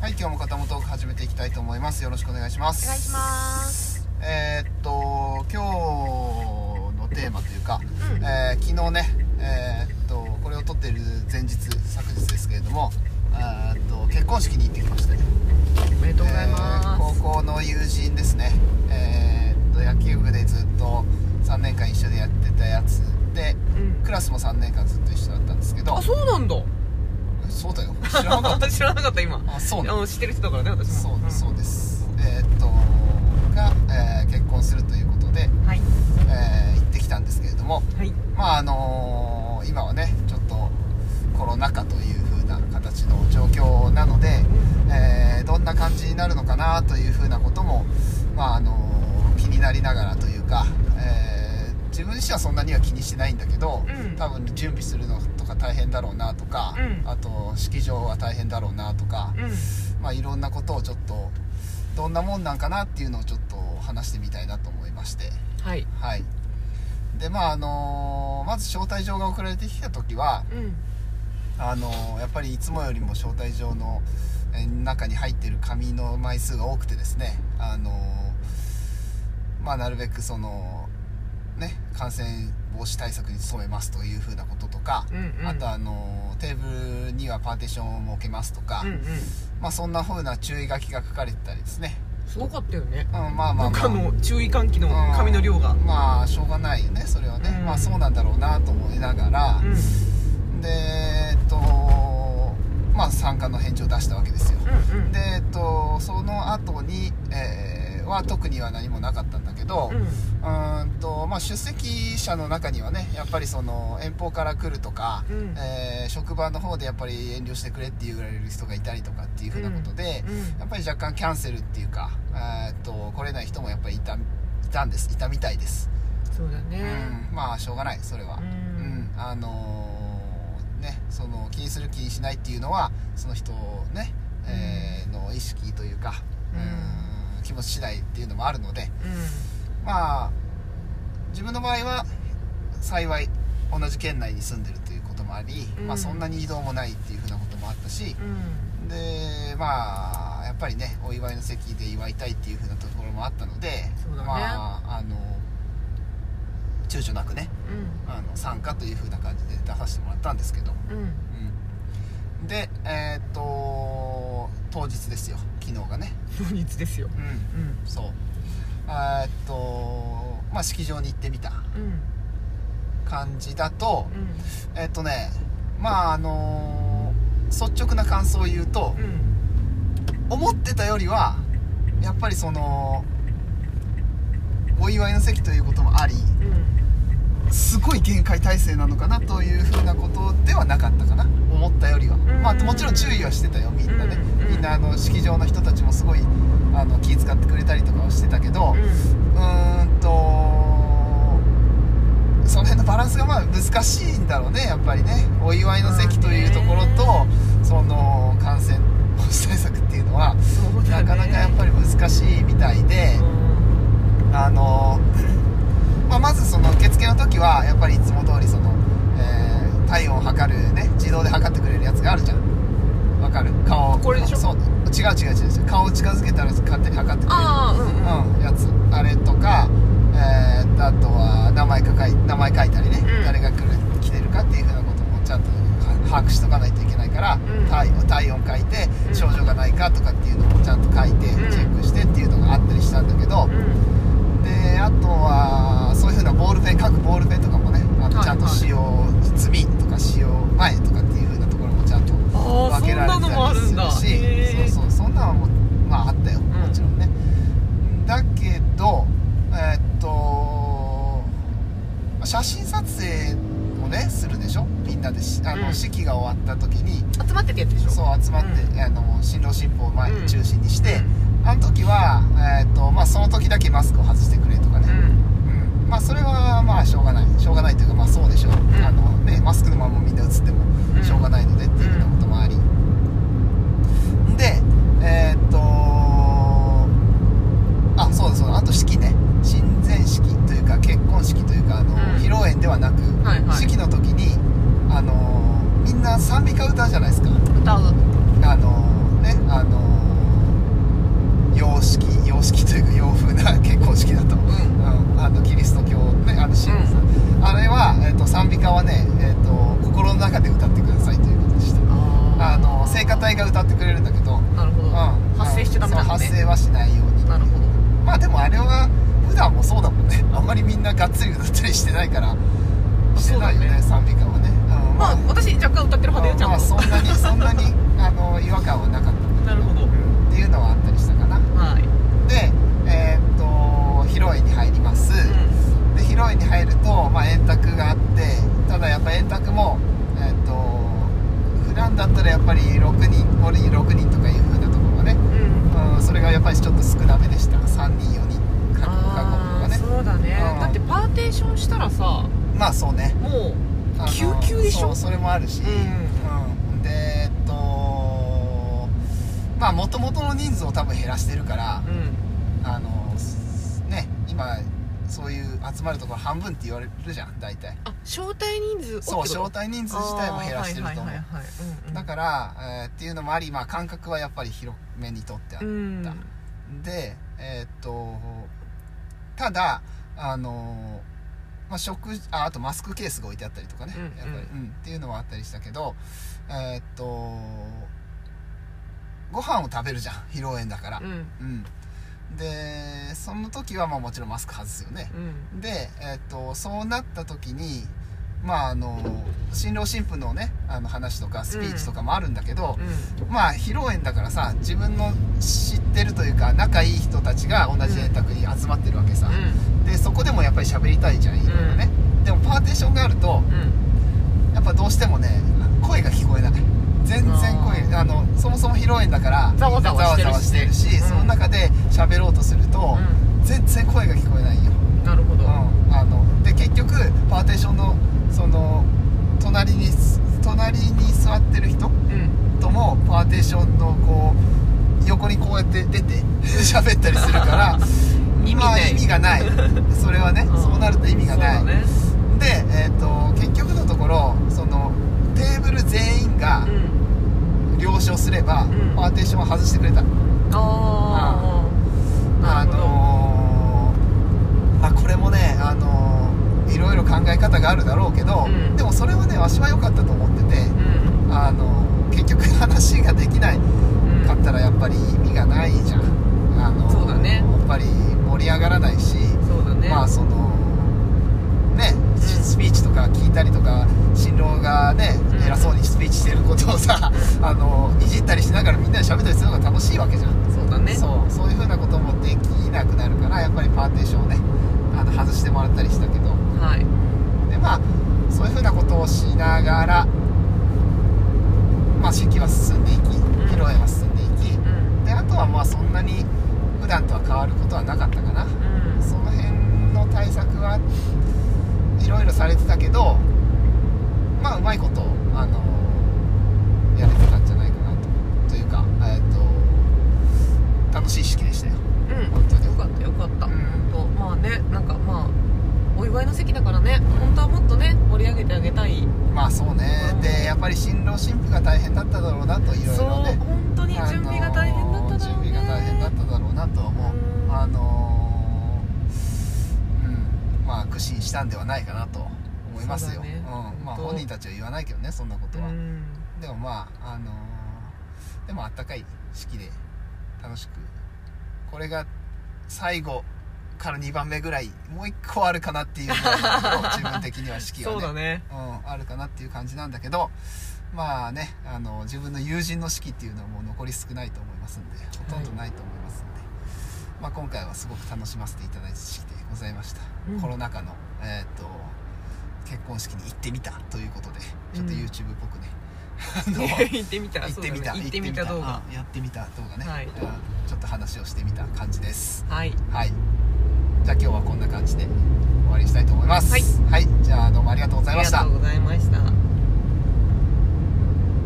はい今日も片本トーク始めていきたいと思いますよろしくお願いしますお願いしますえーっと今日のテーマというか、うんえー昨日ねえーっとこれを撮っている前日昨日ですけれどもえーっと結婚式に行ってきましたおめでとうございえーます、高校の友人ですねえーっと野球部でずっと3年間一緒でやってたやつでうんクラスも3年間ずっと一緒だったんですけどあそうなんだそうだよ知らなかっ 知らなかった今たあそうなあのの知ってる人だからね私そもうですそうでですえーっとが、えー結婚するということで、はいえー行ってきたんですけれどもはいまああのー今はねちょっとコロナ禍という風な形の状況なので、えーどんな感じになるのかなという風なことも、まああのー気になりながらというか、えー自分自身はそんなには気にしてないんだけど、うん多分準備するのとか大変だろうなとか、うんあと式場は大変だろうなとか、うんまあ、いろんなことをちょっとどんなもんなんかなっていうのをちょっと話してみたいなと思いまして。はいはいでまああのーまず招待状が送られてきた時はうんあのーやっぱりいつもよりも招待状のえー中に入ってる紙の枚数が多くてですねあのーまあなるべくそのね感染防止対策に努めますというふうなこととか、うんうんあとあのーテーブルにはパーティションを設けますとか、うんうんまあそんなふうな注意書きが書かれてたりですね、すごかったよねうん、まあまあまなあんかあの注意喚起の紙の量がまあしょうがないよねそれはね、うんまあそうなんだろうなと思いながら、うんうんでえっとまあ参加の返事を出したわけですよ、うんでえっとその後に、えーは特には何もなかったんだけど、うんうーんとまあ、出席者の中にはねやっぱりその遠方から来るとか、うんえー職場の方でやっぱり遠慮してくれって言われる人がいたりとかっていうふうなことで、うんやっぱり若干キャンセルっていうか、えーっと来れない人もやっぱりいたいたんですいたみたいです、そうだねうん、まあしょうがないそれは、ううんんあのーねその気にする気にしないっていうのはその人をね、えーの意識というか、うん気持ち次第っていうのもあるのでまあ自分の場合は幸い同じ県内に住んでるということもあり、うんまあ、そんなに移動もないっていうふうなこともあったし、うんうんでまあやっぱりねお祝いの席で祝いたいっていう風なところもあったのでそうだねまああの躊躇なくねあの参加という風な感じで出させてもらったんですけど、うんうんうん、でえーっと当日ですよ昨日がね、土日ですようん、うんそうえーっとまあ式場に行ってみたうん感じだとうんえーっとねまああの率直な感想を言うと、うん思ってたよりはやっぱりそのお祝いの席ということもありうんすごい限界体制なのかなというふうなことではなかったかな思ったよりは、んまあ、もちろん注意はしてたよみんなね、うんみんなあの式場の人たちもすごいあの気遣ってくれたりとかはしてたけど、うーんとその辺のバランスがまあ難しいんだろうねやっぱりねお祝いの席というところと、まその感染防止対策っていうのはそうなだねかなかやっぱり難しいみたいで、うんあのまあ、まずその受付の時はやっぱりいつも通りその、えー体温を測るね自動で測ってくれるやつがあるじゃんわかる顔をこれでしょそう違う違う違う違う顔を近づけたら勝手に測ってくれるああうんうんうん、やつあれとか、えーあとは名前書かい名前書いたりね、うん誰が来る来てるかっていうふうなこともちゃんとは把握しとかないといけないから、うん体体温書いてうん症状がないかとかっていうのもちゃんと書いてチうんェックしてっていうのがあったりしたんだけど、うであとはそういうふうなボールペン各ボールペンとかもねあのはいちゃんとはい使用済みとか使用前とかっていうふうなところもちゃんとあー分けられてそんなのもたありるすんだるへしーそうそうそんなのはもうまああったよんもちろんね、だけどえーっと写真撮影をねするでしょみんなでしあの、うん式が終わった時にん集まってってやつでしょそう集まって、うんあの新郎新婦を前に中心にして、うあの時は、えーっとまあ、その時だけマスクを外してくれとかね、んうんまあそれはまあしょうがないしょうがないというかまあそうでしょう、んあのねマスクのままみんな映ってもうんしょうがないのでっていうようなこともあり、でえーっとあそうだそうだあと式ね親善式というか結婚式というかあの、うん披露宴ではなく、はいはい式の時にあのみんな賛美歌歌うじゃないですか歌うあのねあの様式というか洋風な結婚式だと、んうんあのキリスト教ねあの神父さん、あれは、えっと賛美歌はね、えっと心の中で歌ってくださいということでしたあの聖歌隊が歌ってくれるんだけど、なるほうど、ん、発生しちゃダメなそのう発ね生はしないようになるほどまあでもあれは普段もそうだもんねあ んまりみんながっつり歌ったりしてないからしてないよねそうだ賛ね美歌はね、うんまあ私若干歌ってる派でちゃんと、まあそんなにそんなにあの違和感はなかった なるほっどていうのはあったりしたかなはい、うでえーっと広いに入ります、ん、で広いに入ると、まあ、円卓があってただやっぱ円卓もえーっと普段だったらやっぱり6人5人6人とかいう風なところがね、うんうん、それがやっぱりちょっと少なめでした3人4人各各国あがーねそうだねうんだってパーテーションしたらさまあそうねもあの救急でしょそうそれもあるし、ううんでえっとまあもともとの人数を多分減らしてるからう、うんあのね今そういう集まるところ半分って言われるじゃん大体あ招待人数をそうって招こと待人数自体も減らしてると思あーはいはいうはいはいうんうんだから、えーっていうのもあり、まあ、感覚はやっぱり広めにとってある、うんでえーっとただあのまあ、食ああとマスクケースが置いてあったりとかね、うんやっぱり、うん、っていうのはあったりしたけどえーっとご飯を食べるじゃん披露宴だからう、んうんでその時はまあもちろんマスク外すよね、うんで、えーっとそうなった時にまああの新郎新婦のねあの話とかスピーチとかもあるんだけど、まあ披露宴だからさ自分の知ってるというか仲いい人たちが同じ円卓に集まってるわけさ、でそこでもやっぱり喋りたいじゃんいろいろね、でもパーテーションがあるとうんうんやっぱどうしてもね声が聞こえない全然あ声ーあのそもそも披露宴だからざわざわしてるしねしてるし、うんその中で喋ろうとすると、全然声が聞こえないよ、うんなるほうどん、あので結局パーテーションのその隣に隣に座ってる人うんともパーテーションのこう横にこうやって出 て喋ったりするから意味まあない意味がないそれはね、うんそうなると意味がない、そうだねで、えー、と結局のところそのテーブル全員がうん了承すれば、んパーテーションを外してくれた、あーあなるほどのーあこれもねあのーいろいろ考え方があるだろうけど、うんでもそれはねわしは良かったと思ってて、うんあのー結局話ができないうん買ったらやっぱり意味がないじゃんあのそうだねやっぱり盛り上がらないし、そうだねまあそのねスピーチとか聞いたりとか新郎がねうん偉そうにスピーチしてることをさ、あのいじったりしながらみんなで喋ったりするのが楽しいわけじゃん、そうだねそうそういうふうなこともできなくなるからやっぱりパーテーションをねあの外してもらったりしたけどはいでまあそういうふうなことをしながらまあ式は進んでいき披露宴は進んでいき、うんであとはまあそんなに普段とは変わることはなかったかなうんその辺の対策はいろいろされてたけどまあうまいことあのやれてたんじゃないかなとというかえっ、と楽しい式でしたようん本当によかったよかった、うんとまあねなんかまあお祝いの席だからね本当はもっとね盛り上げてあげたいまあそうねうんでやっぱり新郎新婦が大変だっただろうなといろいそうろね本当に準備が大変だっただろうね準備が大変だっただろうなとは思う、うんあのーうんまあ苦心したんではないかなと思いますそようだねうん、まあ本当本人たちは言わないけどねそんなことうは、んでもまああのーでもあったかい式で楽しくこれが最後から2番目ぐらいもう1個あるかなっていう ぐらいの自分的には式がそうだねうん、あるかなっていう感じなんだけどまあねあの自分の友人の式っていうのはもう残り少ないと思いますんでほとんどないと思いますんで、まあ、今回はすごく楽しませていただいた式でございました、うんコロナ禍の、えーっと結婚式に行ってみたということでちょっとうん YouTube っぽく ね、あの行ってみた行ってみた、そうだね行ってみた動画うんやってみた動画ね、はいうんちょっと話をしてみた感じですはいはいじゃあ今日はこんな感じで終わりにしたいと思いますはい、はい、じゃあどうもありがとうござあいりましがたとうございました